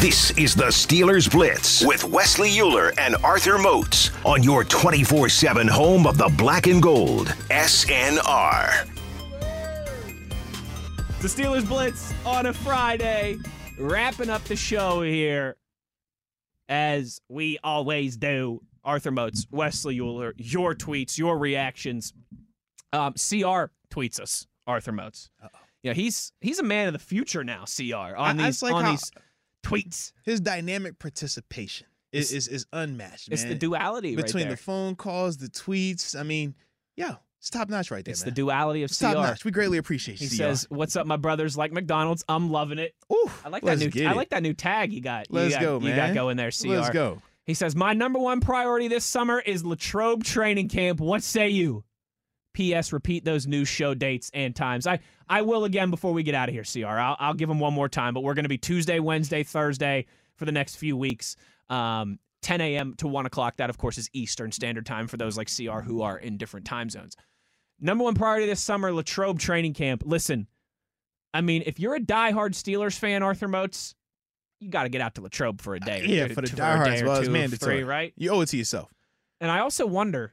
This is the Steelers Blitz with Wesley Euler and Arthur Moats on your 24 7 home of the black and gold, SNR. The Steelers Blitz on a Friday, wrapping up the show here as we always do. Arthur Moats, Wesley Euler, your tweets, your reactions. Um, CR tweets us, Arthur Moats. Yeah, he's he's a man of the future now, CR, on I- I these, just like on how- these tweets. His dynamic participation is It's- is, is unmatched. It's man. the duality right between there. the phone calls, the tweets. I mean, yo, it's top notch right there. it's the man. duality of It's CR. top notch. We greatly appreciate He you. CR. says, "What's up, my brothers? Like McDonald's, I'm loving it. Ooh, I like let's that new. get I it. like that new tag you got. Let's you got, go, You got man. going there, Cr. Let's go. He says, My number one priority this summer is Latrobe training camp. What say you? P.S. Repeat those new show dates and times. I, I will again before we get out of here, CR. I'll, I'll give them one more time, but we're going to be Tuesday, Wednesday, Thursday for the next few weeks. Um, 10 a.m. to 1 o'clock. That, of course, is Eastern Standard Time for those like CR who are in different time zones. Number one priority this summer, Latrobe training camp. Listen, I mean, if you're a diehard Steelers fan, Arthur Motes, you got to get out to Latrobe for a day. or yeah, two- for the a diehards, day or well, it's two, mandatory. three, right? You owe it to yourself. And I also wonder,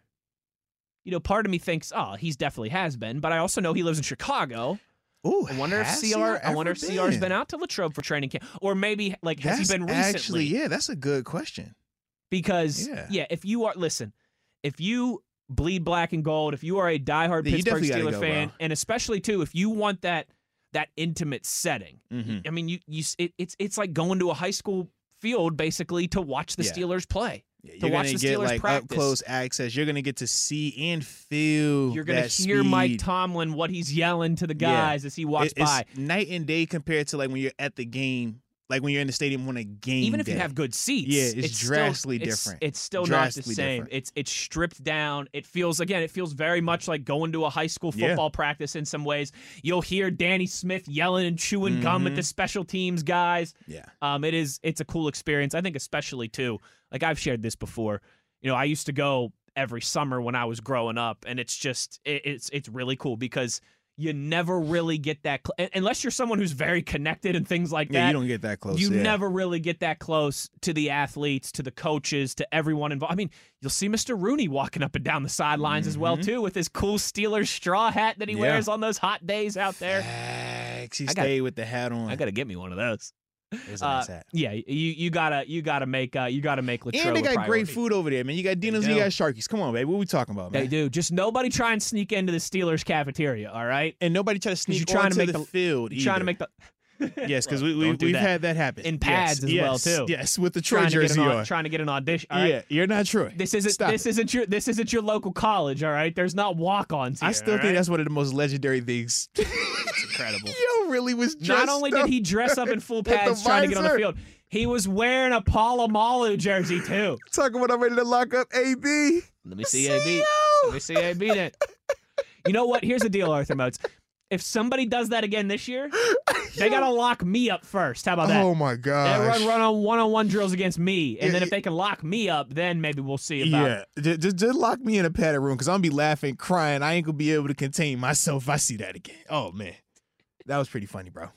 you know, part of me thinks, oh, he's definitely has been, but I also know he lives in Chicago. Ooh, I wonder if has CR, I ever wonder if CR's been out to Latrobe for training camp, or maybe like has That's he been recently? Actually, yeah, that's a good question. Because yeah. Yeah. if you are listen, if you bleed black and gold, if you are a diehard Yeah, you Pittsburgh definitely gotta Steelers go, fan, bro. and especially too, if you want that that intimate setting, Mm-hmm. I mean, you you s- it, it's it's like going to a high school field basically to watch the Yeah. Steelers play. You're watch the gonna get Steelers like up practice. close access. You're gonna get to see and feel. You're gonna that hear Mike speed. Tomlin what he's yelling to the Yeah. guys as he walks It- it's by. night and day compared to like when you're at the game, like when you're in the stadium on a game. Even if you day. have good seats, Yeah, it's drastically still, it's- different. It's, still not the Drastically same. different. It's it's stripped down. It feels again. It feels very much like going to a high school Yeah. football practice in some ways. You'll hear Danny Smith yelling and chewing gum at Mhm. the special teams guys. yeah, Um, it is it's a cool experience. I think especially too. Like I've shared this before. You know, I used to go every summer when I was growing up, and it's just it, it's it's really cool because you never really get that cl- un- unless you're someone who's very connected and things like yeah, you that. don't get that close. you yeah. never really get that close to the athletes, to the coaches, to everyone involved. I mean, you'll see Mr. Rooney walking up and down the sidelines as well Mhm. too with his cool Steelers straw hat that he Yeah. wears on those hot days out there. Facts. He I gotta- stayed with the hat on. I got to get me one of those. It's a nice Uh, hat. Yeah, you you gotta you gotta make uh, you gotta make Latrobe. And they a got priority. great food over there, man. You got Dino's, and you do. got Sharkies. Come on, baby. What we talking about, man? They do. Just nobody try and sneak into the Steelers cafeteria. All right, And nobody try to sneak you're trying to make onto the, the- field. You're trying to either. make the yes, because Right. we, we Don't do we've that. had that happen In Yes, pads as well, yes, too. Yes, with the Troy trying to, get jersey an, au- on. trying to get an audition. All right. Yeah, you're not Troy. This isn't Stop this isn't your this isn't your local college, all right? There's not walk-ons here. I still all think right? that's one of the most legendary things. it's incredible. Yo, really was dressed Not only did up. he dress up in full With the pads trying to get on the visor. field, he was wearing a Palomalu jersey too. talk about I'm ready to lock up AB. Let me see AB. E Let me see AB then. You know what? Here's the deal, Arthur Motes. If somebody does that again this year, they gotta lock me up first. How about that? Oh my gosh. They run, run on one-on-one drills against me, and Yeah, then if yeah. they can lock me up, then maybe we'll see about. Yeah, just, just just lock me in a padded room because I'm gonna be laughing, crying. I ain't gonna be able to contain myself. If I see that again. Oh man, that was pretty funny, bro.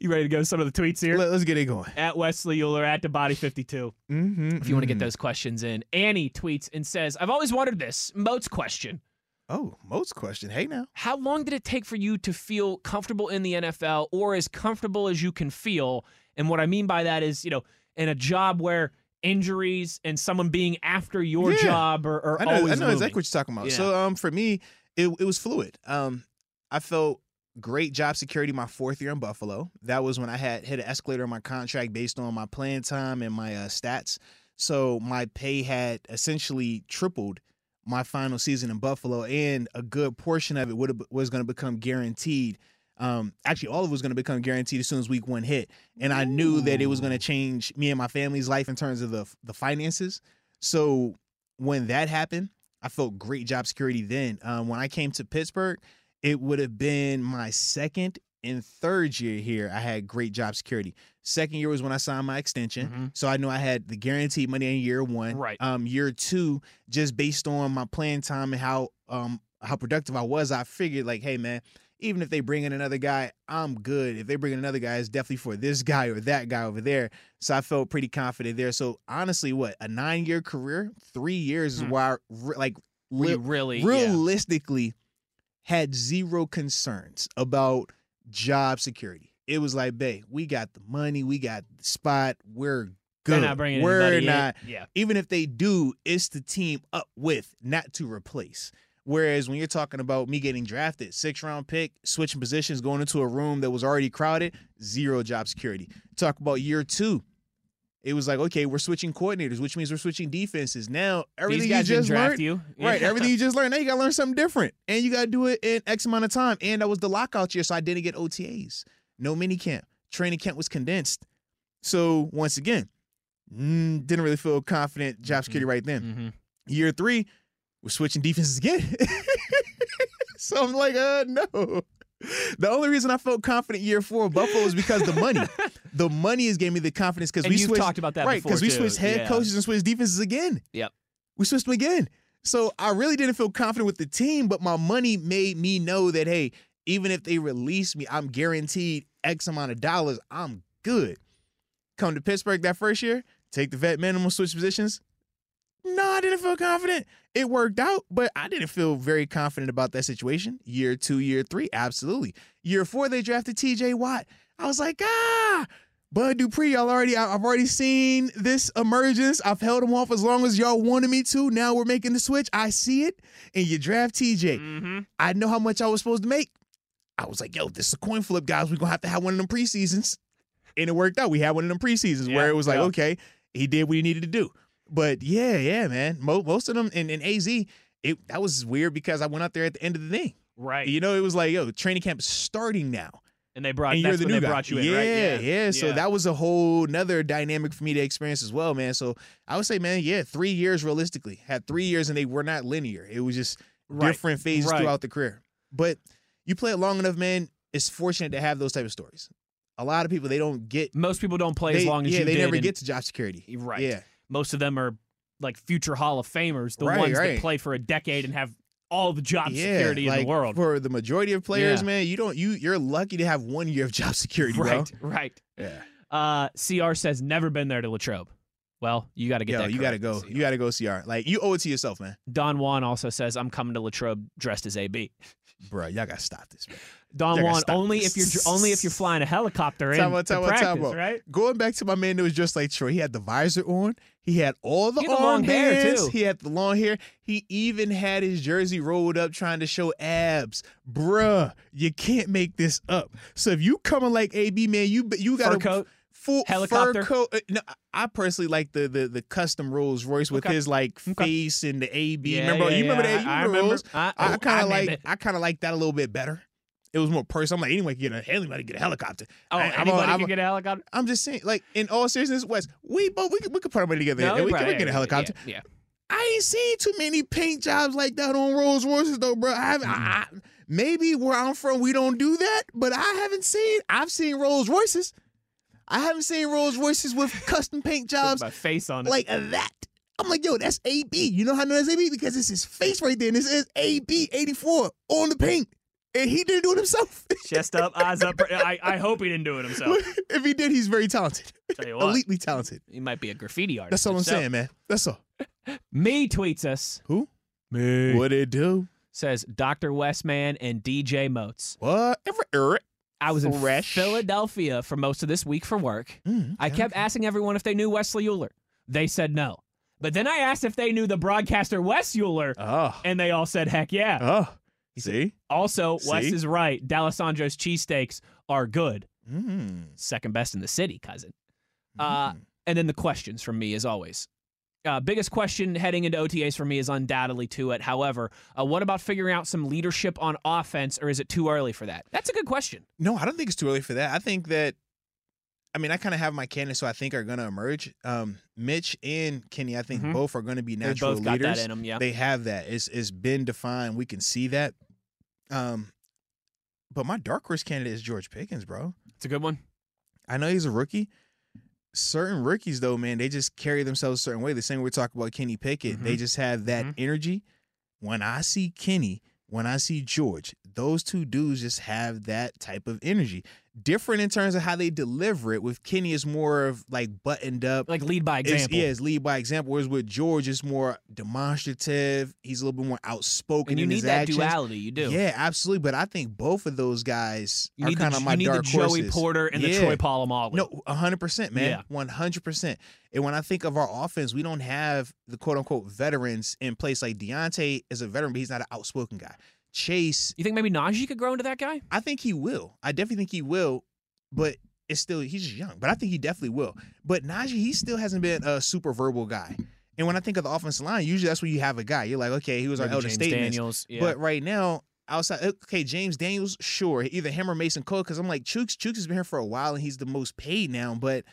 You ready to go? to Some of the tweets here Let, us get it going. at Wesley Euler at the Body 52. Mm-hmm, If you want to get those questions in, Annie tweets and says, "I've always wondered this. Moat's question: Oh, Mo's question. Hey now. How long did it take for you to feel comfortable in the NFL, or as comfortable as you can feel? And what I mean by that is, you know, in a job where." Injuries and someone being after your Yeah. job or, or I know, I know always exactly moving. what you're talking about. Yeah. So um, for me, it it was fluid. Um, I felt great job security my fourth year in Buffalo. That was when I had hit an escalator on my contract based on my playing time and my uh, stats. So my pay had essentially tripled my final season in Buffalo, and a good portion of it would have was going to become guaranteed. Um, actually, all of it was going to become guaranteed as soon as week one hit, and I knew that it was going to change me and my family's life in terms of the the finances. So when that happened, I felt great job security then. Um, when I came to Pittsburgh, it would have been my second and third year here. I had great job security. Second year was when I signed my extension, Mhm. so I knew I had the guaranteed money in year one. Right. Um, year two, just based on my playing time and how um how productive I was, I figured like, hey man, even if they bring in another guy, I'm good. If they bring in another guy, it's definitely for this guy or that guy over there. So I felt pretty confident there. So honestly, what a nine year career, three years Hmm. is why I re- like We li- really, yeah. realistically had zero concerns about job security. It was like, babe, we got the money, we got the spot, we're They're good. not bringing we're anybody not In. Yeah, even if they do, it's to team up with, not to replace. Whereas when you're talking about me getting drafted, six round pick, switching positions, going into a room that was already crowded, zero job security. Talk about year two. It was like, okay, we're switching coordinators, which means we're switching defenses. Now these everything you guys didn't just draft learned. you. Right, Yeah. everything you just learned. Now you gotta learn something different. And you gotta do it in X amount of time. And that was the lockout year, so I didn't get OTAs. No mini camp. Training camp was condensed. So once again, mm, didn't really feel confident job security right then. Mhm. Year three, we're switching defenses again. so I'm like, uh no. The only reason I felt confident year four of Buffalo is because the money. the money has gave me the confidence because And we you've switched talked about that right, before we too. switched head Yeah. coaches and switched defenses again. Yep. We switched them again. So I really didn't feel confident with the team, but my money made me know that hey, even if they release me, I'm guaranteed X amount of dollars. I'm good. Come to Pittsburgh that first year, take the vet minimum, switch positions. No, I didn't feel confident. It worked out, but I didn't feel very confident about that situation. Year two, year three, absolutely. Year four, they drafted TJ Watt. I was like, ah, Bud Dupree, y'all already, I- I've already seen this emergence. I've held him off as long as y'all wanted me to. Now we're making the switch. I see it. And you draft TJ. Mhm. I know how much I was supposed to make. I was like, yo, this is a coin flip, guys. We're gonna have to have one of them preseasons. And it worked out. We had one of them preseasons where Yeah, it was like, yeah. okay, he did what he needed to do. But yeah, yeah, man. Mo- most of them in, in AZ, it that was weird because I went out there at the end of the thing. Right. You know, it was like, yo, training camp is starting now and they brought. and that's you're the when new they guy. brought you in. yeah, right? yeah, So Yeah. that was a whole another dynamic for me to experience as well, man. So I would say, man, yeah, three years realistically had three years, and they were not linear. It was just Right. different phases Right. throughout the career. But you play it long enough, man. It's fortunate to have those type of stories. A lot of people they don't get Most people don't play they, as long as yeah, you they did never and- get to job security. Right. Yeah, Most of them are like future Hall of Famers, the Right, ones right. that play for a decade and have all the job yeah, security like, in the world. For the majority of players, Yeah. man, you don't you you're lucky to have one year of job security, bro. right. Right. Yeah. Uh, CR says never been there to Latrobe. Well, you got to get Yo, that. you gotta correct, CR. go. You gotta go, CR. Like you owe it to yourself, man. Don Juan also says I'm coming to Latrobe dressed as AB. Bro, y'all gotta stop this, man. Don They're gonna Juan stop only this. if you're dr- only if you're flying a helicopter in Time out, to time out, time practice, out. right? going back to my man that was dressed like Troy, he had the visor on. He had all the, He had the long hair, armbands, too. He had the long hair. He even had his jersey rolled up trying to show abs. Bruh, you can't make this up. So if you coming like AB, man, you be- you got Fur a coat. full Helicopter. fur coat. Uh, No, I personally like the the, the custom Rolls Royce with Okay. his like Okay. face and the AB. Yeah, remember yeah, you remember yeah. that? You I, I remember remember. Rolls? I, oh, I kind of remember. like I kind of like that a little bit better. It was more personal. I'm like anyone can get a anybody can get a helicopter. Oh, I- I'm a- anybody I'm can a- get a helicopter. I'm just saying, like in all seriousness, Wes, we both we could, we could put our money together No, and we right, could we could yeah, get a helicopter. Yeah, I ain't seen too many paint jobs like that on Rolls Royces though, bro. I, haven't- I, Mm-hmm. I- maybe where I'm from, we don't do that, but I haven't seen. I've seen Rolls Royces. I haven't seen Rolls Royces with custom paint yeah. Put jobs my face on it. like "Uh, that. I'm like, yo, that's AB. You know how I know that's AB because it's his face right there, and this is AB 84 on the paint, and he didn't do it himself. chest up, eyes up. I, I hope he didn't do it himself. if he did, he's very talented, Tell you what, elitely talented. he might be a graffiti artist. That's all I'm himself. saying, man. That's all. Me tweets us. Who? Me What it do? says Dr. Westman and DJ Moats. What? Ever Eric? I was in Fresh. Philadelphia for most of this week for work. Mm, I kept asking everyone if they knew Wesley Euler. They said no. But then I asked if they knew the broadcaster Wes Euler, Oh. and they all said heck yeah. Oh. See? Also, Wes See? is right. D'Alessandro's cheesesteaks are good. Mm. Second best in the city, cousin. Uh, And then the questions from me, as always. Uh, biggest question heading into OTAs for me is undoubtedly to it. However, uh, what about figuring out some leadership on offense, or is it too early for that? That's a good question. No, I don't think it's too early for that. I think that, I mean, I kind of have my candidates who I think are going to emerge. Um, Mitch and Kenny, I think Mhm. both are going to be natural they both got leaders. that in them, yeah. They have that. It's it's been defined. We can see that. Um, but my dark horse candidate is George Pickens, bro. It's a good one. I know he's a rookie. Certain rookies, though, man, they just carry themselves a certain way. The same way we talk about Kenny Pickett, they just have that energy. When I see Kenny when I see George, those two dudes just have that type of energy. Different in terms of how they deliver it. With Kenny, is more of like buttoned up. Like lead by It's, example. yeah, it's lead by example. Whereas with George, it's more demonstrative. He's a little bit more outspoken. and you in need his that actions. duality. You do. Yeah, absolutely. But I think both of those guys You are need, the, kind of you my need dark the Joey horses. Porter and the Yeah. Troy Polamalu. No, hundred percent, Yeah. man. One hundred percent. And when I think of our offense, we don't have the quote unquote veterans in place. Like Deontay is a veteran, but he's not an outspoken guy. Chase, You think maybe Najee could grow into that guy? I think he will. I definitely think he will, but it's still he's just young. But I think he definitely will. But Najee, he still hasn't been a super verbal guy. And when I think of the offensive line, usually that's where you have a guy. You're like, okay, he was our Maybe elder James statesman. Daniels. Yeah. But right now, outside, okay, James Daniels, sure, either him or Mason Cole, because I'm like, Chooks, Chooks has been here for a while and he's the most paid now, but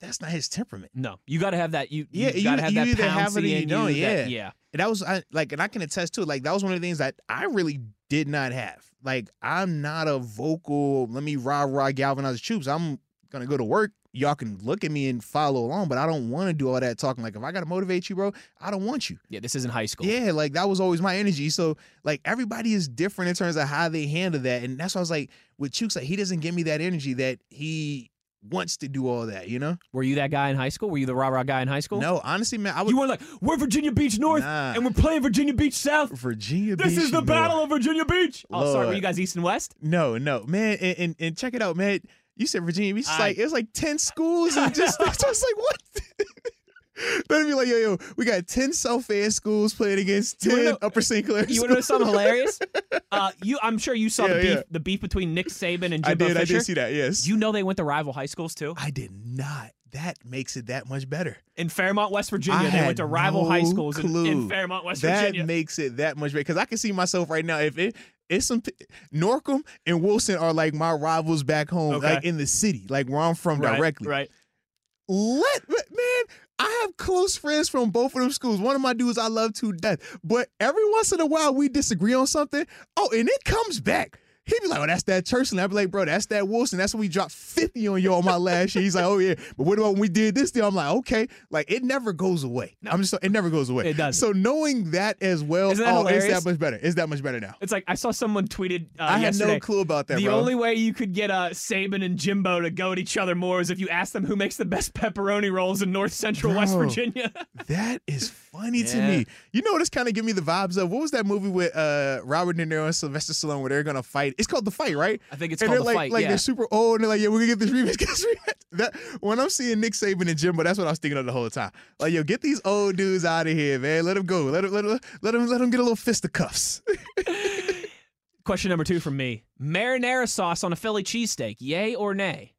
that's not his temperament. no, you got to have that. You, Yeah, you got to you- have you that either pouncy have it or you in don't, you that- yeah. yeah. And that was I, like, and I can attest to it. Like, that was one of the things that I really did not have. Like, I'm not a vocal, let me rah rah galvanize the troops. I'm gonna go to work. Y'all can look at me and follow along, but I don't want to do all that talking. Like, if I gotta motivate you, bro, I don't want you. Yeah, this isn't high school. Yeah, like that was always my energy. So like everybody is different in terms of how they handle that, and that's why I was like with Chooks, like he doesn't give me that energy that he wants to do all that. You know? Were you that guy in high school? Were you the rah rah guy in high school? No, honestly, man, I would. You were like, we're Virginia Beach North, Nah. and we're playing Virginia Beach South. Virginia. This Beach, is the you know. Battle of Virginia Beach. Oh, sorry, were Lord. you guys east and west? No, no, man, and, and, and check it out, man. You said Virginia Beach, it's I- like it was like ten schools, and just I was like, what? That'd be like, yo, yo, we got ten South End schools playing against You wanna ten know- Upper St. Clair. You want to know something hilarious? Uh, you, I'm sure you saw the Yeah, beef, yeah. the beef between Nick Saban and Jimbo I did, I Fisher. did see that. Yes, Do you know they went to rival high schools too? I did not. That makes it that much better. In Fairmont, West Virginia, I they went had to rival high no schools in, in clue. Fairmont, West that Virginia. makes it that much better because I can see myself right now. If it it's some Norcom and Wilson are like my rivals back home, Okay. like in the city, like where I'm from right, directly. right? Let man, I have close friends from both of them schools. One of my dudes I love to death, but every once in a while we disagree on something. Oh, and it comes back. He'd be like, "Oh, that's that Churchland." I'd be like, "Bro, that's that Wilson. That's when we dropped fifty on y'all my last year." He's like, "Oh yeah," but what about when we did this deal? I'm like, "Okay," like it never goes away. I'm just, it never goes away. It doesn't. So knowing that as well, Isn't that oh, it's hilarious? that much better. It's that much better now. It's like I saw someone tweeted uh, I had yesterday. no clue about that. the bro. only way you could get uh, Saban and Jimbo to go at each other more is if you ask them who makes the best pepperoni rolls in North Central West Bro. Virginia. That is funny to Yeah. me. You know, this kind of give me the vibes of what was that movie with uh, Robert De Niro and Sylvester Stallone where they're gonna fight? It's called The Fight, right? I think it's and called they're the like, fight. like yeah. they're super old, and they're like, yeah, we're gonna get this rematch. Get this rematch. That when I'm seeing Nick Saban and Jimbo, that's what I was thinking of the whole time. Like, yo, get these old dudes out of here, man. Let them go. Let them, let them, let them, let them get a little fist of cuffs. Question number two from me: marinara sauce on a Philly cheesesteak, yay or nay?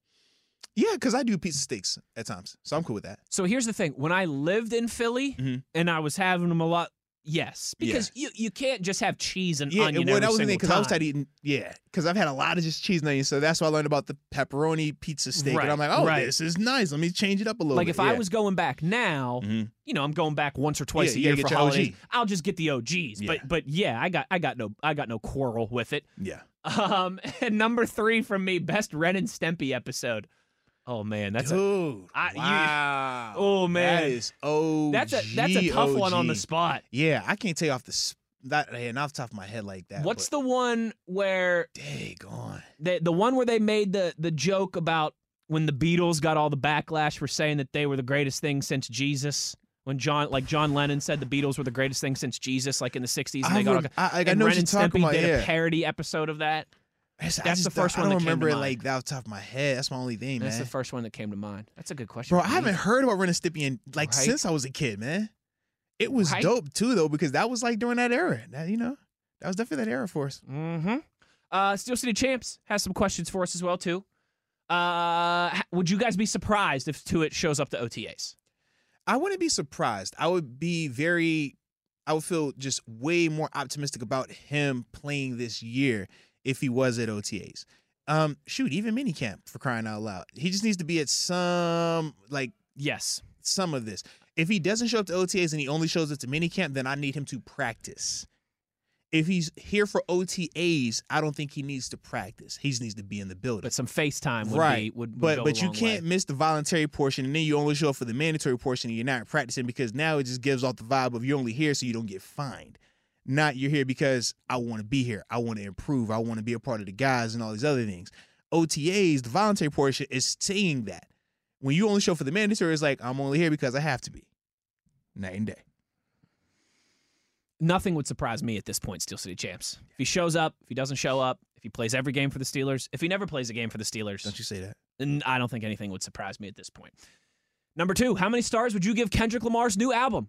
yeah, because I do pizza steaks at times, so I'm cool with that. So here's the thing: when I lived in Philly Mhm. and I was having them a lot, yes, Yeah. because you you can't just have cheese and Yeah, onion and well, every that was the single thing because I was time. tired of eating. Yeah, because I've had a lot of just cheese and onions, so that's why I learned about the pepperoni pizza steak, Right, and I'm like, oh, right. this is nice. Let me change it up a little. Like bit. if I Yeah. was going back now, Mhm. you know, I'm going back once or twice you a gotta year get for your OG. holidays. I'll just get the OGs. Yeah. But but yeah, I got I got no I got no quarrel with it. yeah, Um, and number three from me, best Ren and Stimpy episode. Oh man, that's a dude, I- you- wow, Oh, man. that is oh, that's a that's a tough one on the spot. Yeah, I can't tell you off the s- that and off the top of my head like that. What's the one where the dang on? the the one where they made the the joke about when the Beatles got all the backlash for saying that they were the greatest thing since Jesus? When John like John Lennon said the Beatles were the greatest thing since Jesus, like in the '60s, and I, they got all rem- I, like, I and know Ren what you're and talking Stimpy about. did Yeah, a parody episode of that. that's, that's the first I one don't that came to remember it mind. like that off the top of my head. That's my only thing, That's the man. first one that came to mind. That's a good question. Bro, I for haven't me. heard about Ren and Stimpy in, like Right. since I was a kid, man. It was Right. dope too, though, because that was like during that era. That you know, that was definitely that era for us. Mm-hmm. Uh, Steel City Champs has some questions for us as well too. Uh, h- would you guys be surprised if Tuit shows up to OTAs? I wouldn't be surprised. I would be very, I would feel just way more optimistic about him playing this year if he was at OTAs. Um, shoot, even minicamp for crying out loud. He just needs to be at some like Yes. some of this. If he doesn't show up to OTAs and he only shows up to minicamp, then I need him to practice. If he's here for OTAs, I don't think he needs to practice. He just needs to be in the building. But some FaceTime would be Right, would, would But go but a you long can't way. miss the voluntary portion, and then you only show up for the mandatory portion, and you're not practicing because now it just gives off the vibe of you're only here, so you don't get fined. Not you're here because I want to be here. I want to improve. I want to be a part of the guys and all these other things. OTAs, the voluntary portion is saying that. When you only show for the mandatory, it's like I'm only here because I have to be. Night and day. Nothing would surprise me at this point, Steel City Champs. If he shows up, if he doesn't show up, if he plays every game for the Steelers, if he never plays a game for the Steelers, Don't you say that? then I don't think anything would surprise me at this point. Number two, how many stars would you give Kendrick Lamar's new album?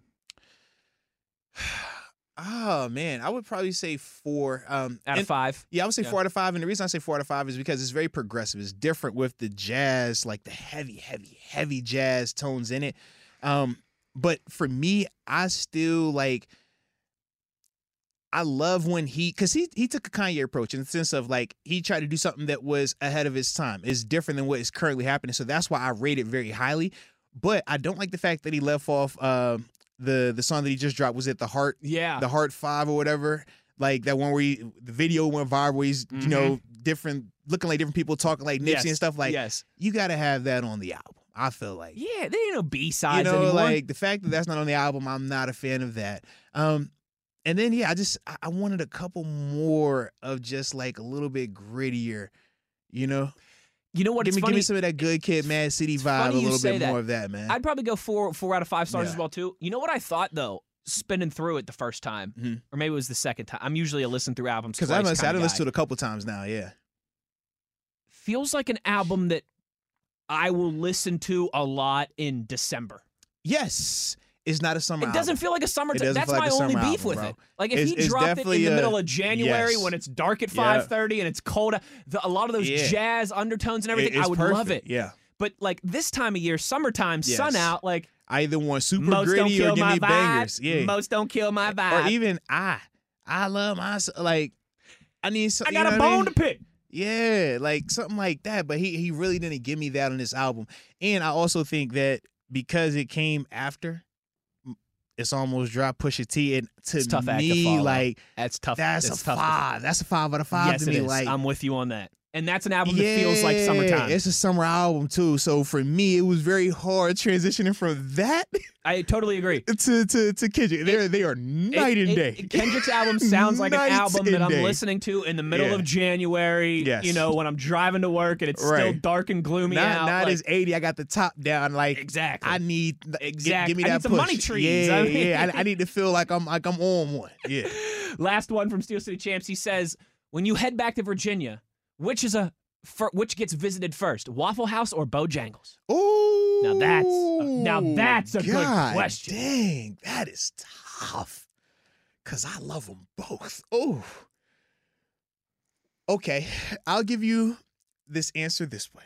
Oh man, I would probably say four. Um, Out of and- five. Yeah, I would say Yeah. four out of five. And the reason I say four out of five is because it's very progressive. It's different with the jazz, like the heavy, heavy, heavy jazz tones in it. Um, but for me, I still like I love when he because he he took a Kanye approach in the sense of like he tried to do something that was ahead of his time. It's different than what is currently happening. So that's why I rate it very highly. But I don't like the fact that he left off uh, the the song that he just dropped. Was it the heart? Yeah. the Heart Five or whatever. Like that one where he, the video went viral, where he's you know different, looking like different people talking like Nipsey Mm-hmm. Yes. and stuff. Like yes. you got to have that on the album. I feel like Yeah, there ain't no B you sides know, anymore. like the fact that that's not on the album. I'm not a fan of that. Um, and then yeah, I just I, I wanted a couple more of just like a little bit grittier. You know, you know what? give it's me funny. give me some of that good kid, Mad City vibe, a funny you little say bit that. more of that, man. I'd probably go four four out of five stars Yeah. as well too. You know what I thought though, spinning through it the first time, Mhm. or maybe it was the second time. I'm usually a listen through albums Because because I've I listened, I've listen listened to to it a couple times now. Yeah, feels like an album that I will listen to a lot in December. yes, it's not a summer. It album. doesn't feel like a summer. It doesn't that's feel like my a only summer beef album, with bro. it. Like if It's- he it's dropped it in definitely the a- middle of January yes. when it's dark at Yeah. 5:30 and it's cold, out- the, a lot of those Yeah. jazz undertones and It- everything, I it's would love it. perfect, Yeah. But like this time of year, summertime, sun Yes. out, like I either want super most don't gritty or kill give my me vibe. bangers. Yeah. Most don't kill my vibe. or even I. I love my s- like I need some, I got you know a what I bone mean? to pick. Yeah, like something like that. But he he really didn't give me that on this album. And I also think that because it came after m- it's almost dropped Pusha T and to It's a tough act to me follow. like That's tough. that's It's a tough to- five. That's a five out of five yes, to it me. is. Like I'm with you on that. And that's an album that feels like yeah, summertime. It's a summer album too. So for me, it was very hard transitioning from that I totally agree. to to to Kendrick. They they are night It- and day. it- Kendrick's album sounds like an Night album that and I'm day. listening to in the middle Yeah. of January. Yes. You know, when I'm driving to work and it's still Right. dark and gloomy not out. not like- as eighty. I got the top down. Like exactly. I need Exact- Give me I that need some push. money trees. Yeah, I mean- yeah. I, I need to feel like I'm like I'm on one. Yeah. Last one from Steel City Champs. He says, "When you head back to Virginia, which is a fir- which gets visited first, Waffle House or Bojangles?" Ooh. Now that's a- now that's a good God question. Dang, that is tough. Cause I love them both. Oh. Okay, I'll give you this answer this way.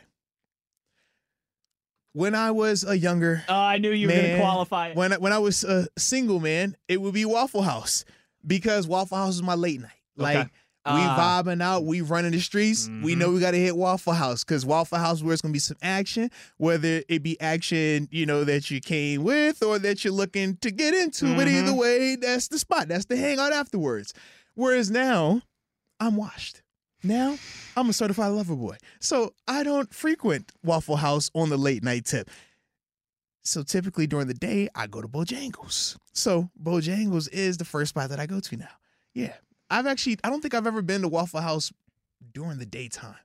When I was a younger Oh, I knew you were going to Man, qualify. it. when I- when I was a single man, it would be Waffle House because Waffle House is my late night. Okay. Like we Uh, vibing out, we running the streets. We Mhm. know we gotta hit Waffle House because Waffle House where it's gonna be some action, whether it be action you know that you came with or that you're looking to get into. But Mhm. either way, that's the spot. That's the hangout afterwards. Whereas now, I'm washed. Now I'm a certified lover boy, so I don't frequent Waffle House on the late night tip. So typically during the day, I go to Bojangles. So Bojangles is the first spot that I go to now. Yeah. I've actually, I don't think I've ever been to Waffle House during the daytime.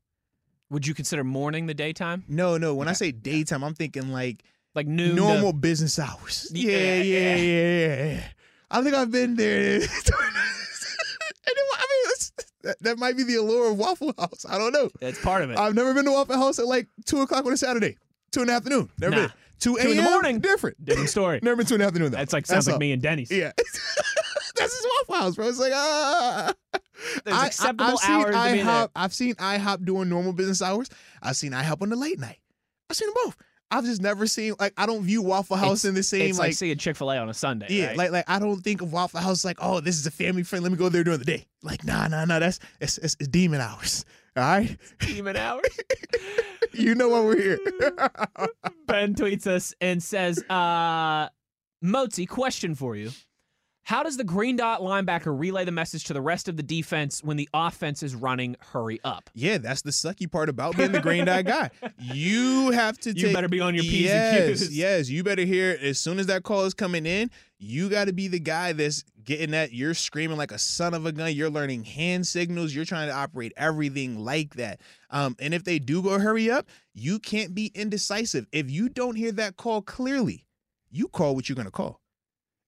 Would you consider morning the daytime, No, no. When I Okay. say daytime, I'm thinking like like noon? to- normal business hours. Yeah, Yeah, yeah, yeah. yeah, yeah. yeah. I think I've been there. and it, I mean, that's, that, that might be the allure of Waffle House. I don't know. That's part of it. I've never been to Waffle House at like two o'clock on a Saturday, two in the afternoon. Never Nah. been. Two, Two in the a.m., morning. Different. Different story. Never been two in the afternoon though. That's like sounds like all. me and Denny's. Yeah. That's his Waffle House, bro. It's like ah. There's acceptable I've seen hours to be IHOP, there. I've seen IHOP doing normal business hours. I've seen IHOP on the late night. I've seen them both. I've just never seen like I don't view Waffle It's- House in the same It's like, like, seeing Chick Fil A on a Sunday. yeah right? like like I don't think of Waffle House like oh this is a family friend let me go there during the day like nah nah nah that's it's, it's, it's demon hours all right demon hours. you know why we're here ben tweets us and says, uh, Mozi, question for you. How does the green dot linebacker relay the message to the rest of the defense when the offense is running hurry up? yeah that's the sucky part about being the green dot guy you have to You take better be on your P's yes, and Q's. Yes, you better hear it as soon as that call is coming in. You got to be the guy that's getting that you're screaming like a son of a gun you're learning hand signals you're trying to operate everything like that um, and if they do go hurry up you can't be indecisive if you don't hear that call clearly you call what you're going to call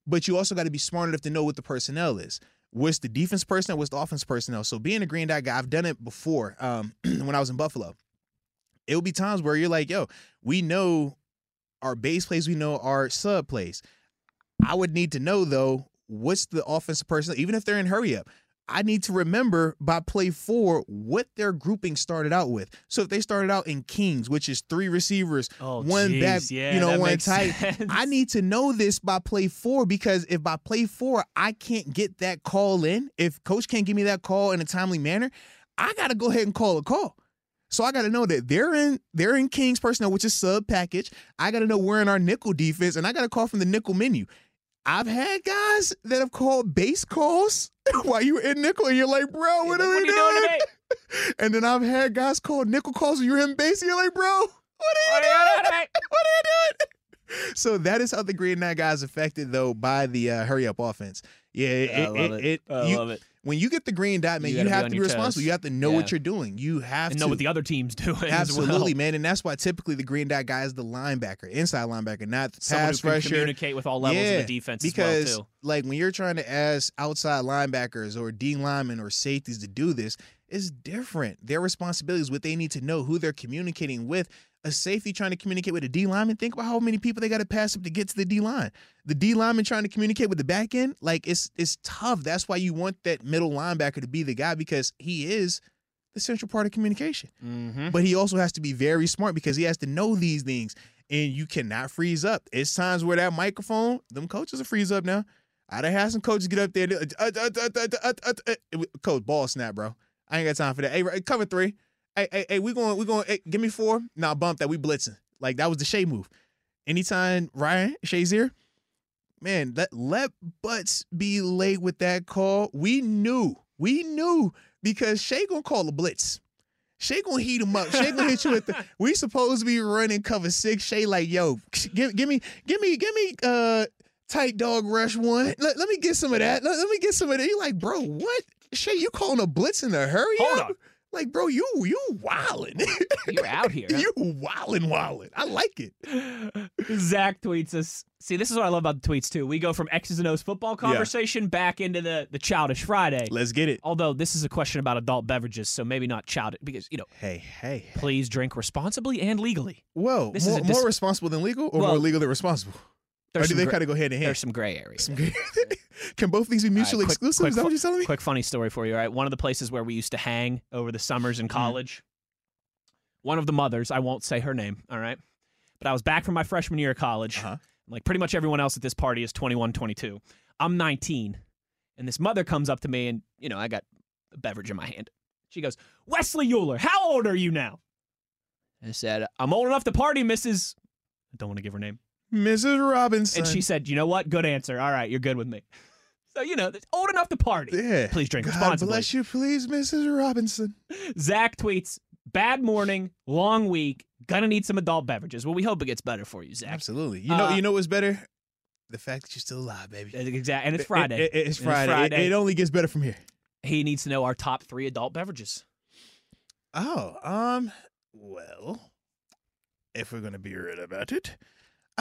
but you also got to be smart enough to know what the personnel is what's the defense personnel what's the offense personnel so being a green dot guy i've done it before um, when i was in buffalo it'll be times where you're like yo we know our base plays we know our sub plays I would need to know though what's the offensive person, even if they're in hurry up. I need to remember by play four what their grouping started out with. So if they started out in Kings, which is three receivers, Oh, one jeez, back, yeah, you know, that one makes tight. sense. I need to know this by play four because if by play four I can't get that call in, if coach can't give me that call in a timely manner, I gotta go ahead and call a call. So I gotta know that they're in they're in King's personnel, which is sub package. I gotta know we're in our nickel defense, and I gotta call from the nickel menu. I've had guys that have called base calls while you were in nickel, and you're like, bro, what Like, are we you doing? today? And then I've had guys call nickel calls, and you're in base, and you're like, bro, what are you What doing? are you today? what are you doing? So that is how the Green Nine guys affected though by the uh, hurry up offense. Yeah, it, I love it. I you- love it. When you get the green dot, man, You you, gotta be have on to be your responsible. toes. You have to know Yeah. what you're doing. You have And to know what the other team's doing. as absolutely, well. man, and that's why typically the green dot guy is the linebacker, inside linebacker, not the Someone who pass can rusher. communicate with all levels Yeah, of the defense Because as well too. like when you're trying to ask outside linebackers or D linemen or safeties to do this, it's different. Their responsibility is what they need to know, who they're communicating with. A safety trying to communicate with a D lineman, think about how many people they got to pass up to get to the D line. The D lineman trying to communicate with the back end, like it's it's tough. That's why you want that middle linebacker to be the guy because he is the central part of communication Mm-hmm. but he also has to be very smart because he has to know these things and you cannot freeze up it's times where that microphone them coaches will freeze up now i done had some coaches get up there uh, uh, uh, uh, uh, uh, uh, uh, uh, coach ball snap bro i ain't got time for that hey right, cover three hey hey hey we going we going hey, give me four now nah, bump that we blitzing like that was the Shea move anytime ryan shazier man let let butts be late with that call we knew we knew because Shea gonna call a blitz Shay gonna heat him up. Shay gonna hit you with the. We supposed to be running cover six. Shay like, yo, give, give me, give me, give me, uh, tight dog rush one. Let, let me get some of that. Let, let me get some of that. You like, bro, what? Shay, you calling a blitz in a hurry? Hold up? on. Like, bro, you you wildin'. You're out here. you wildin' wildin'. I like it. Zach tweets us. See, this is what I love about the tweets too. We go from X's and O's football conversation back into the the childish Friday. Let's get it. Although this is a question about adult beverages, so maybe not childish because you know, Hey, hey. please drink responsibly and legally. Whoa, This is more, a dis- more responsible than legal, or Well- more legal than responsible? Or There's do some they gray, kind of go hand in hand? there's some gray areas. Some- Can both things be mutually quick- exclusive? quick Is that what you're telling me? Quick funny story for you, all right? One of the places where we used to hang over the summers in Mm-hmm. college, one of the mothers, I won't say her name, all right? But I was back from my freshman year of college. Uh-huh. Like pretty much everyone else at this party is 21, 22. I'm 19. And this mother comes up to me and, you know, I got a beverage in my hand. She goes, Wesley Euler, how old are you now? I said, I'm old enough to party, Mrs. I don't want to give her name. Mrs. Robinson. And she said, "You know what? Good answer. All right, you're good with me." So you know, old enough to party. Yeah. Please drink God responsibly. bless you, please, Mrs. Robinson. Zach tweets, "Bad morning, long week. Gonna need some adult beverages. Well, we hope it gets better for you, Zach. Absolutely. You know, Uh, you know what's better? The fact that you're still alive, baby. Exactly. And It- it's it- Friday. it- it's It's Friday. It- Friday. It, only gets better from here. he needs to know our top three adult beverages. Oh, um, well, if we're gonna be real about it,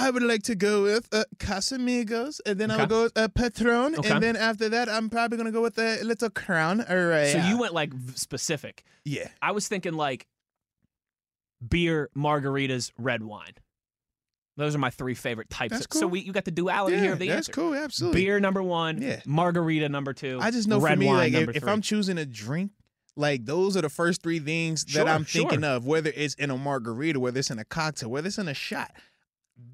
I would like to go with uh, Casamigos, and then I would Okay. go with uh, Patron, Okay. and then after that, I'm probably gonna go with a little Crown. All right. So you went like v- specific. yeah. I was thinking like beer, margaritas, red wine. Those are my three favorite types. That's of- So cool. we you got the duality Yeah, here of the that's answer. cool. Absolutely. Beer number one, Yeah. margarita number two. I just know red for me, wine like number if, if three. I'm choosing a drink, like those are the first three things Sure, that I'm thinking sure. of, whether it's in a margarita, whether it's in a cocktail, whether it's in a shot.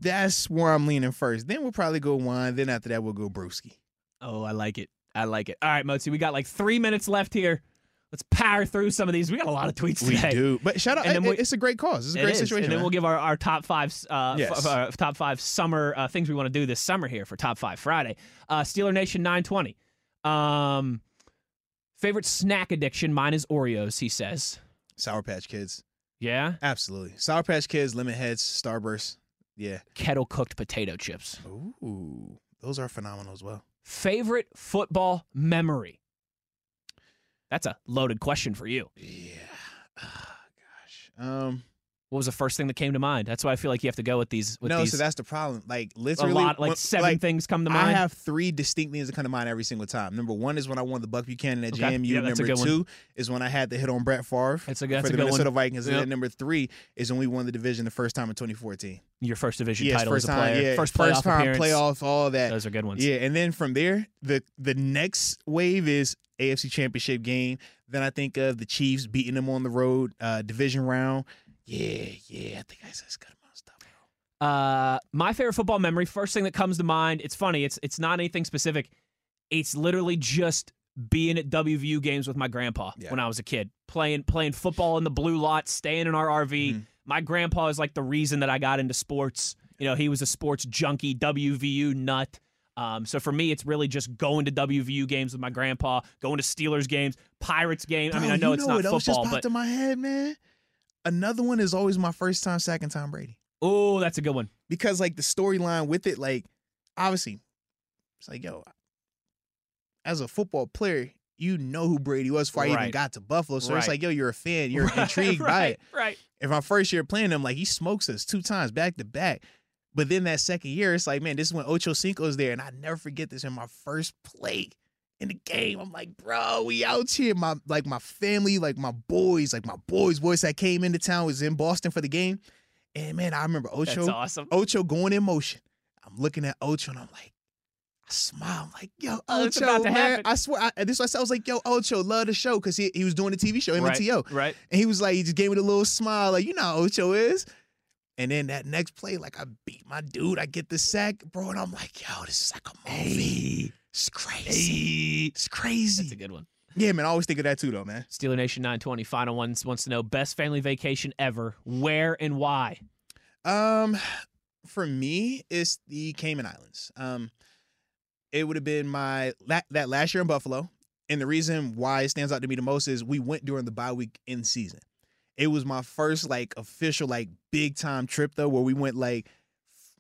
That's where I'm leaning first. Then we'll probably go wine. Then after that, we'll go brewski. Oh, I like it. I like it. All right, Mozi, we got like three minutes left here. Let's power through some of these. We got a lot of tweets We today. do, but shout out! And then I- we- it's a great cause. It's a It great is. situation. And then man. we'll give our, our top five uh, Yes. f- our top five summer uh, things we want to do this summer here for top five Friday. Uh, Steeler Nation 920. Um, favorite snack addiction? Mine is Oreos. He says. Sour Patch Kids, Yeah. absolutely. Sour Patch Kids, Lemon Heads, Starburst. Yeah. Kettle cooked potato chips. Ooh, those are phenomenal as well. Favorite football memory? That's a loaded question for you. Yeah. Ah, gosh. Um. What was the first thing that came to mind? That's why I feel like you have to go with these. With no, these so that's the problem. Like a literally, lot, like when- seven things come to I mind. have three distinct things that come to mind every single time. Number one is when I won the Buck Buchanan at Okay. JMU. Yeah, that's a Number good one. two is when I had the hit on Brett Favre That's a, that's for a the good Minnesota one. Vikings. And Yep. then number three is when we won the division the first time in 2014. Your first division Yes, title first as a time. player, yeah, first playoff first time appearance. playoff, all that. Those are good ones. Yeah, and then from there, the the next wave is AFC Championship game. Then I think of the Chiefs beating them on the road, uh, division round. Yeah, yeah, I think I said good amount of stuff. Uh, my favorite football memory, first thing that comes to mind. It's funny. It's it's not anything specific. It's literally just being at WVU games with my grandpa Yeah. when I was a kid, playing playing football in the blue lot, staying in our RV. Mhm. My grandpa is like the reason that I got into sports. You know, he was a sports junkie, WVU nut. Um, so for me, it's really just going to WVU games with my grandpa, going to Steelers games, Pirates game. I mean, I Oh, know it's not what else just football, popped but in my head, man. Another one is always my first time sacking Tom Brady oh, that's a good one. because like the storyline with it, like obviously, it's like yo, as a football player, you know who Brady was before I even Right. got to Buffalo, so it's Right. like yo, you're a fan, you're Right, intrigued by it. right, right? If my first year playing him, like he smokes us two times back to back. But then that second year, it's like, man, this is when Ocho Cinco's there, and I never forget this in my first play in the game. I'm like, bro, we out here. My like my family, like my boys, like my boys, boys that came into town was in Boston for the game. And man, I remember That's Ocho, awesome. Ocho going in motion. I'm looking at Ocho and I'm like, I smile. I'm like, yo, Oh, it's Ocho, about to man. happen. I swear, I, this was, I was like, yo, Ocho, love the show because he, he was doing the TV show, Right, MTO. right? And he was like, he just gave me the little smile, like, you know how Ocho is. And then that next play, like, I beat my dude, I get the sack, bro. And I'm like, yo, this is like a movie. It's crazy. That's It's a crazy. good one. Yeah, man, I always think of that too, though, man. Steeler Nation 920 final one wants to know best family vacation ever, where and why. Um, for me, it's the Cayman Islands. Um, it would have been my la- that last year in Buffalo, and the reason why it stands out to me the most is we went during the bye week in season. It was my first like official like big time trip though, where we went like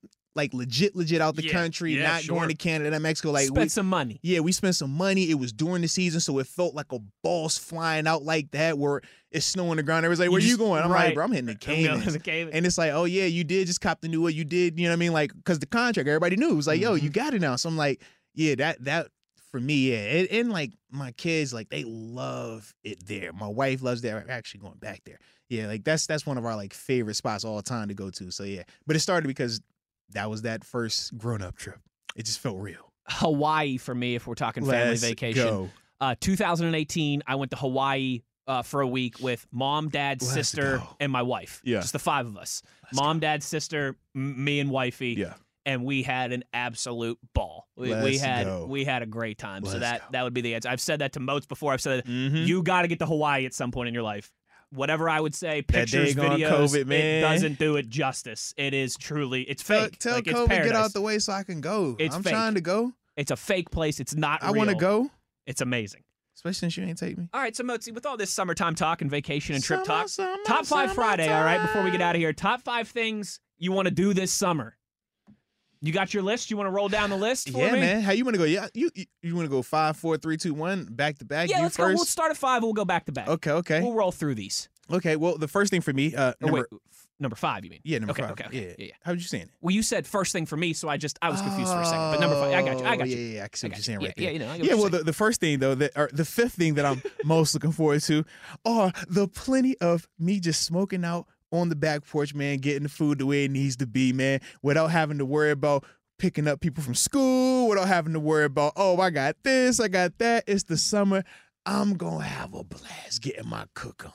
f- like legit legit out the Yeah, country, yeah, not sure. going to Canada, not Mexico. Like Spend we, some money. yeah, we spent some money. It was during the season, so it felt like a boss flying out like that, where it's snow on the ground. Everybody's like, You "Where you just- going?" I'm like, right. "Bro, I'm hitting the I'm Caymans." going to the Cayman. And it's like, oh yeah, you did just cop the new one. You did, you know what I mean? Like, cause the contract, everybody knew. It was like, yo, Mm-hmm. you got it now. So I'm like, yeah, that that for me, yeah. And, and like my kids, like they love it there. My wife loves there. I'm actually going back there. Yeah, like that's that's one of our like favorite spots all time to go to. So yeah, but it started because that was that first grown up trip. It just felt real. Hawaii for me, if we're talking family Let's vacation. go. Uh, 2018, I went to Hawaii uh, for a week with mom, dad, Let's sister, go. and my wife. Yeah. Just the five of us. Let's mom, dad, sister, m- me, and wifey. Yeah. And we had an absolute ball. We, we Let's had go. we had a great time. so Let's that go. that would be the answer. I've said that to Moats before. I've said that Mhm. you got to get to Hawaii at some point in your life. Whatever I would say, That pictures, daggone videos, COVID, it man. doesn't do it justice. It is truly, it's tell, fake. tell like, it's COVID get paradise. out the way so I can go. It's I'm fake. trying to go. It's a fake place. It's not. I want to real. go, It's amazing. especially since you ain't take me. All right, so Mozi, with all this summertime talk and vacation and trip Summer, talk, summer, top five Friday. All right, before we get summertime. out of here, top five things you want to do this summer. You got your list. You want to roll down the list for Yeah, me? man. How you want to go? Yeah, you you, you want to go five, four, three, two, one, back to back. Yeah, you let's go. first. We'll start at five. We'll go back to back. Okay, okay, We'll roll through these. okay. Well, the first thing for me, uh, Or number, wait, f- number five, you mean? yeah, number okay, five. okay, okay. Yeah. Yeah, yeah. How would you saying it? Well, you said first thing for me, so I just I was confused for a second. But number five, I got you. I got you. Oh, Yeah, yeah, yeah. I can see I got what you're you. saying yeah, right yeah, there. you know. I get Yeah, what well, you're saying. the, the first thing though, that or the fifth thing that I'm most looking forward to are the plenty of me just smoking out on the back porch, man, getting the food the way it needs to be, man, without having to worry about picking up people from school, without having to worry about, oh, I got this, I got that. It's the summer. I'm gonna have a blast getting my cook on.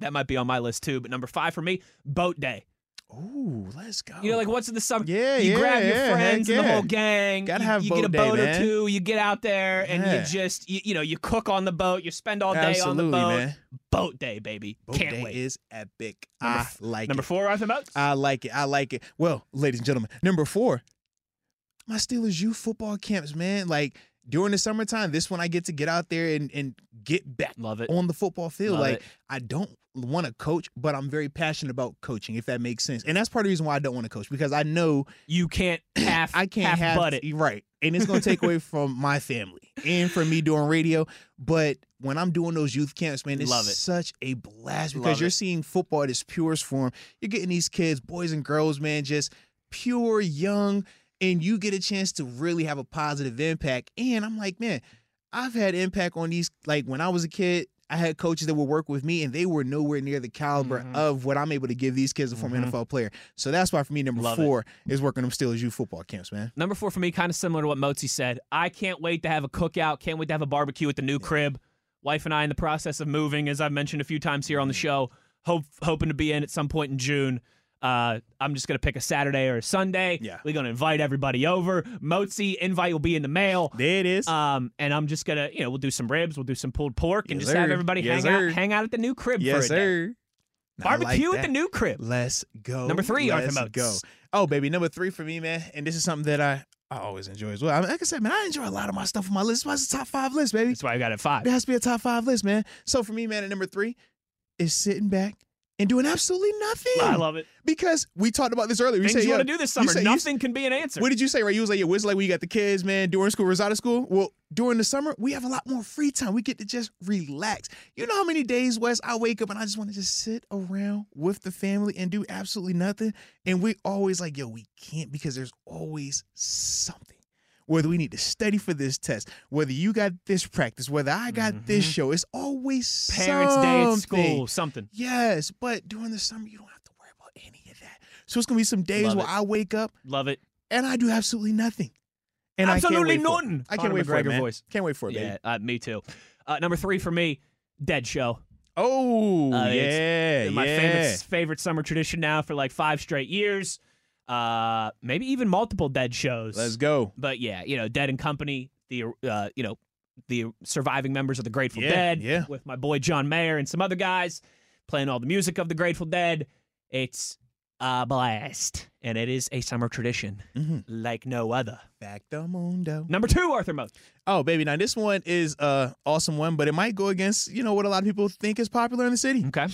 that might be on my list too. But number five for me, boat day. Ooh, let's go. You know, like what's in the summer? Oh, yeah, you yeah, grab your yeah, heck friends and the yeah. whole gang. Gotta you, have you boat get a day, boat or man. two. You get out there and Yeah. you just you, you know you cook on the boat. You spend all day Absolutely, on the boat. man. Boat day, baby. Boat Can't day wait. is epic. Number I f- like number it. four, Arthur Motes. I like it. I like it. Well, ladies and gentlemen, number four, my Steelers youth football camps, man. Like during the summertime, this one I get to get out there and, and get back Love it. on the football field. Love like it. I don't want to coach, but I'm very passionate about coaching, if that makes sense. And that's part of the reason why I don't want to coach because I know You can't half I can't half, have butt it. right, and it's gonna take away from my family and from me doing radio. But when I'm doing those youth camps, man, it's Love it. such a blast because Love you're it. seeing football at its purest form. You're getting these kids, boys and girls, man, just pure young, and you get a chance to really have a positive impact. And I'm like, man, I've had impact on these. Like when I was a kid. I had coaches that would work with me, and they were nowhere near the caliber Mhm. of what I'm able to give these kids a former Mhm. NFL player. So that's why, for me, number Love it. four is working them still as you football camps, man. Number four for me, kind of similar to what Mozi said. I can't wait to have a cookout. Can't wait to have a barbecue at the new crib. Wife and I in the process of moving, as I've mentioned a few times here on the show. Hope hoping to be in at some point in June. Uh, I'm just gonna pick a Saturday or a Sunday. Yeah. we're gonna invite everybody over. Mozi invite will be in the mail. There it is. Um, and I'm just gonna, you know, we'll do some ribs, we'll do some pulled pork, and Yes, just have sir. everybody hang Yes, sir. out, hang out at the new crib yes, for a day. sir. I like Barbecue at that. the new crib. Let's go. Number three, Arthur Let's Motes. go. Oh, baby, number three for me, man. And this is something that I, I always enjoy as well. I mean, like I said, man, I enjoy a lot of my stuff on my list. That's why it's a top five list, baby. That's why I got it at five. It has to be a top five list, man. So for me, man, at number three is sitting back and doing absolutely nothing. I love it. because we talked about this earlier. We Things said, you yo, want to do this summer. said- you Nothing can be an answer. What did you say, right? You was like, yeah, what's it like when you got the kids, man, during school versus out of school? Well, during the summer, we have a lot more free time. We get to just relax. You know how many days, Wes, I wake up and I just want to just sit around with the family and do absolutely nothing. And we always like, yo, we can't because there's always something. Whether we need to study for this test, whether you got this practice, whether I got this Mhm. show, it's always Parents' day at something. school, something. Yes, but during the summer, you don't have to worry about any of that. So it's gonna be some days Love where it. I wake up Love it. and I do absolutely nothing. And Absolutely I can't wait for it. nothing. I can't Conor wait for it, McGregor man. voice. Can't wait for it, Yeah, baby. uh, me too. Uh, number three for me, Dead Show. Oh, Uh, it's- yeah, my yeah. favorite favorite summer tradition now for like five straight years. Uh, maybe even multiple Dead shows. Let's go. But yeah, you know, Dead and Company, the uh, you know, the surviving members of the Grateful Yeah, Dead, yeah. with my boy John Mayer and some other guys playing all the music of the Grateful Dead. It's a blast, and it is a summer tradition Mhm. like no other. Facto mundo. Number two, Arthur Moat. Oh, baby, now this one is a awesome one, but it might go against you know what a lot of people think is popular in the city. Okay.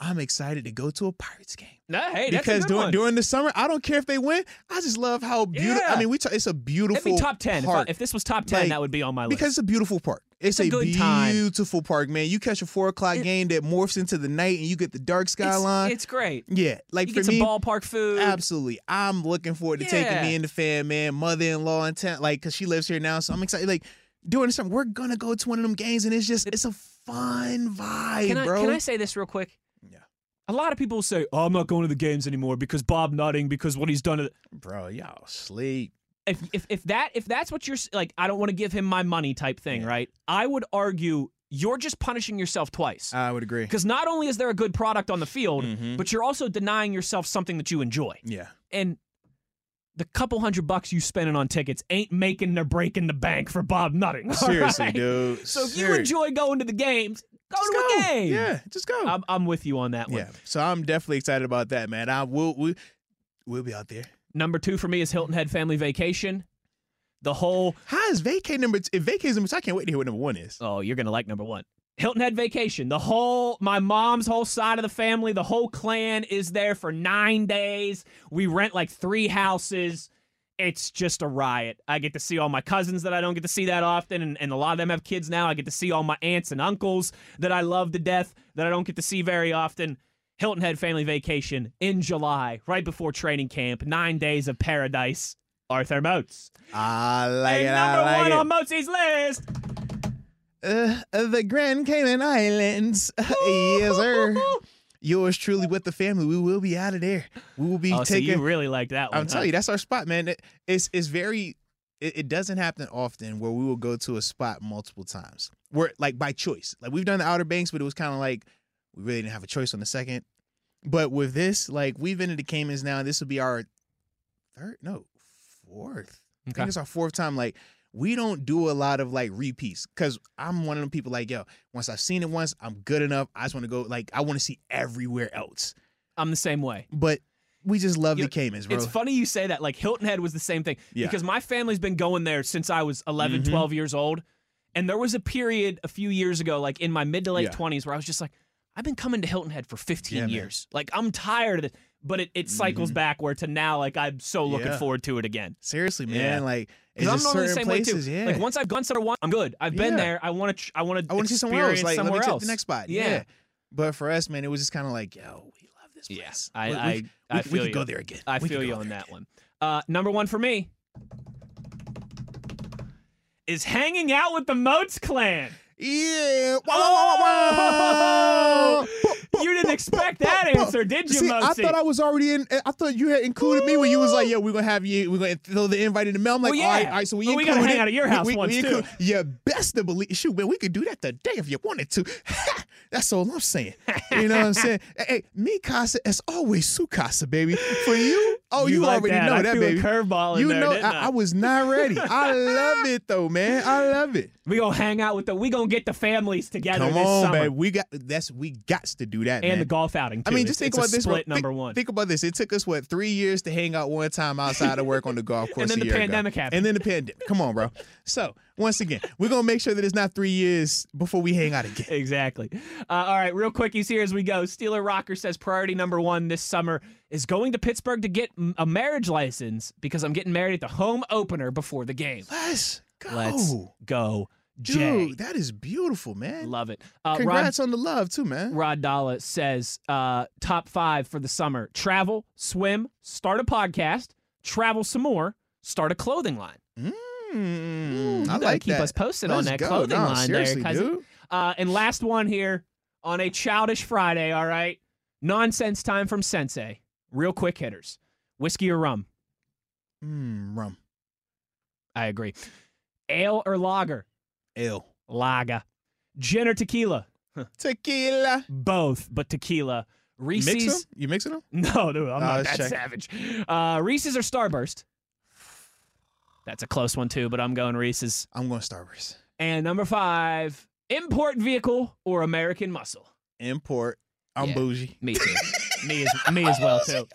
I'm excited to go to a Pirates game. No, hey, that's because a good during one. during the summer, I don't care if they win. I just love how beautiful. Yeah. I mean, we t- it's a beautiful. It'd be top ten. If, I- park. if this was top ten, Like, that would be on my Because list. it's a beautiful park. It's, It's a a, good time. beautiful park, man. You catch a four o'clock It- game that morphs into the night, and you get the dark It's- skyline. it's, great. yeah, like You for get some me, ballpark food. absolutely. I'm looking forward to taking Yeah. me and the fam, man. Mother in law and ten, like, cause she lives here now, so I'm excited. Like doing something, we're gonna go to one of them games, and it's just it's a fun vibe, Can I, bro. can I say this real quick? Yeah. A lot of people say, "Oh, I'm not going to the games anymore because Bob Nutting because what he's done." To the... bro, y'all sleep. If, if if that if that's what you're s- like, I don't want to give him my money type thing, Yeah. right? I would argue you're just punishing yourself twice I would agree. because not only is there a good product on the field, Mhm. but you're also denying yourself something that you enjoy. Yeah, and the couple hundred bucks you spending on tickets ain't making or breaking the bank for Bob Nutting. all seriously, right? dude. So if you Serious. enjoy going to the games, go Just to a game. yeah, just go. I'm, I'm with you on that one. Yeah, so I'm definitely excited about that, man. I will we we'll be out there. Number two for me is Hilton Head Family Vacation. The whole How is vacay number two? If vacay is number two, I can't wait to hear what number one is. oh, you're gonna like number one. Hilton Head Vacation. The whole my mom's whole side of the family, the whole clan is there for nine days. We rent like three houses. It's just a riot. I get to see all my cousins that I don't get to see that often, and, and a lot of them have kids now. I get to see all my aunts and uncles that I love to death that I don't get to see very often. Hilton Head Family Vacation in July, right before training camp. Nine days of paradise. Arthur Moats. I like and it. number I like one it. on Moatsy's list. Uh, uh, the Grand Cayman Islands. yes, sir. Yours truly with the family. We will be out of there. We will be Oh, so taking. you really like that one. I'm telling you, that's our spot, man. It- it's it's very. It, it doesn't happen often where we will go to a spot multiple times. Where like by choice, like we've done the Outer Banks, but it was kind of like we really didn't have a choice on the second. But with this, like we've been to the Caymans now, and this will be our third, no, fourth. I think Okay. it's our fourth time. Like we don't do a lot of like repeats because I'm one of them people like yo. Once I've seen it once, I'm good enough. I just want to go. Like I want to see everywhere else. I'm the same way. But we just love You the Caymans, bro. It's funny you say that. Like Hilton Head was the same thing Yeah. because my family's been going there since I was 11, Mhm. 12 years old. And there was a period a few years ago, like in my mid to late Yeah. 20s, where I was just like, I've been coming to Hilton Head for 15 Yeah, man. Mm-hmm. years. Like, I'm tired of this. But it, it cycles back where to now, like, I'm so looking Yeah. forward to it again. Seriously, Yeah. man. Like, it's Because I'm just normally certain the same places. way too. Yeah. Like once I've gone somewhere once, I'm good. I've been Yeah. there. I want to. I want to. I want to see somewhere else. Like, somewhere let me else. take the next spot. Yeah. Yeah. But for us, man, it was just kind of like, yo, we love this place. Yeah. I- We- we- I- we- I we feel could you. go there again. I We could feel go you there on that again. one. Uh, number one for me is hanging out with the Moats clan. Yeah. Wah, wah, wah, wah, wah. You didn't expect that answer, did you, See, I Moatsy? thought I was already in. I thought you had included me when you was like, "Yo, we're gonna have you. We're gonna throw the invite in the mail." I'm like, Well, all, right, yeah. all right, so we Well, we gotta included- hang out at your we- house we, once, we too. include- Yeah, best to believe. Shoot, man, we could do that today if you wanted to. That's all I'm saying. You know what I'm saying? Hey, hey, me casa is always su casa, baby. For you, oh, you, like already that. know I that, threw baby. A curveball in You there, know, didn't I, I, I was not ready. I love it though, man. I love it. we gonna hang out with the. We gonna get the families together Come this on, summer babe. We got that's we got to do that, and man. the golf outing. Too. I mean, It's- just think it's a about this. bro. Split Think- number one. Think about this. It took us what three years to hang out one time outside of work on the golf course. then a the year ago. pandemic happened. And then the pandemic. Come on, bro. So once again, we're gonna make sure that it's not three years before we hang out again. exactly. Uh, all right, real quickies here as we go. Steeler Rocker says priority number one this summer is going to Pittsburgh to get m- a marriage license because I'm getting married at the home opener before the game. Let's go, Let's go, dude. Jay. That is beautiful, man. Love it. Uh, Rod, Congrats on the love too, man. Rod Dalla says uh, top five for the summer: travel, swim, start a podcast, travel some more, start a clothing line. Mm, you I gotta like keep that. us posted on Let's that go. clothing Nah, line there, seriously, cousin. dude. Uh, and last one here on a childish Friday, all right? Nonsense time from Sensei. Real quick hitters. Whiskey or rum? Mm, rum, I agree. Ale or lager? ale, Lager. Gin or tequila? tequila. Both, but tequila. Mix 'em? Reese's? You mixing them? No, dude, I'm Oh, not let's that check. savage. Uh, Reese's or Starburst? That's a close one, too, but I'm going Reese's. I'm going Starburst. And number five, import vehicle or American muscle? Import. I'm Yeah. bougie. Me too. me, as, me as well, too.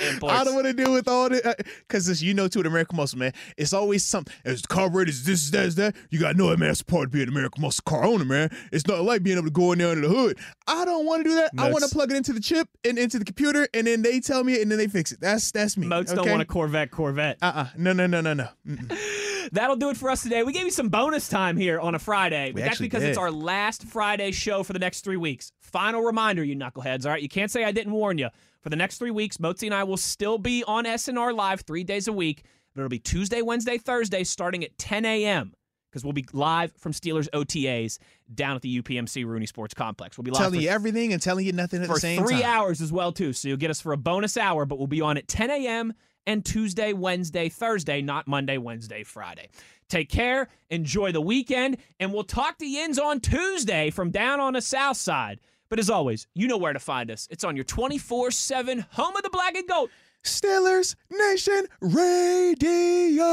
Imports. I don't want to deal with all the because this you know too, the American muscle man. It's always something. It's the carburetor. It's this, that, it's that. You got to know that man. It's part of being an American muscle car owner, man. It's not like being able to go in there under the hood. I don't want to do that. I want Moats. to plug it into the chip and into the computer, and then they tell me, and then they fix it. That's that's me. Moats don't okay? want a Corvette Corvette. Uh uh No no no no no. Mm-mm. That'll do it for us today. We gave you some bonus time here on a Friday, but We that's actually because it's did. our last Friday show for the next three weeks. Final reminder, you knuckleheads. All right, you can't say I didn't warn you. For the next three weeks, Motzi and I will still be on SNR Live three days a week, but it'll be Tuesday, Wednesday, Thursday, starting at 10 a.m. Because we'll be live from Steelers OTAs down at the UPMC Rooney Sports Complex. We'll be live telling for you everything and telling you nothing at for the same three time. hours as well too. So you'll get us for a bonus hour, but we'll be on at 10 a.m. and Tuesday, Wednesday, Thursday, not Monday, Wednesday, Friday. Take care, enjoy the weekend, and we'll talk to Yins on Tuesday from down on the south side. But as always, you know where to find us. It's on your 24/7 home of the black and gold. Steelers Nation Radio.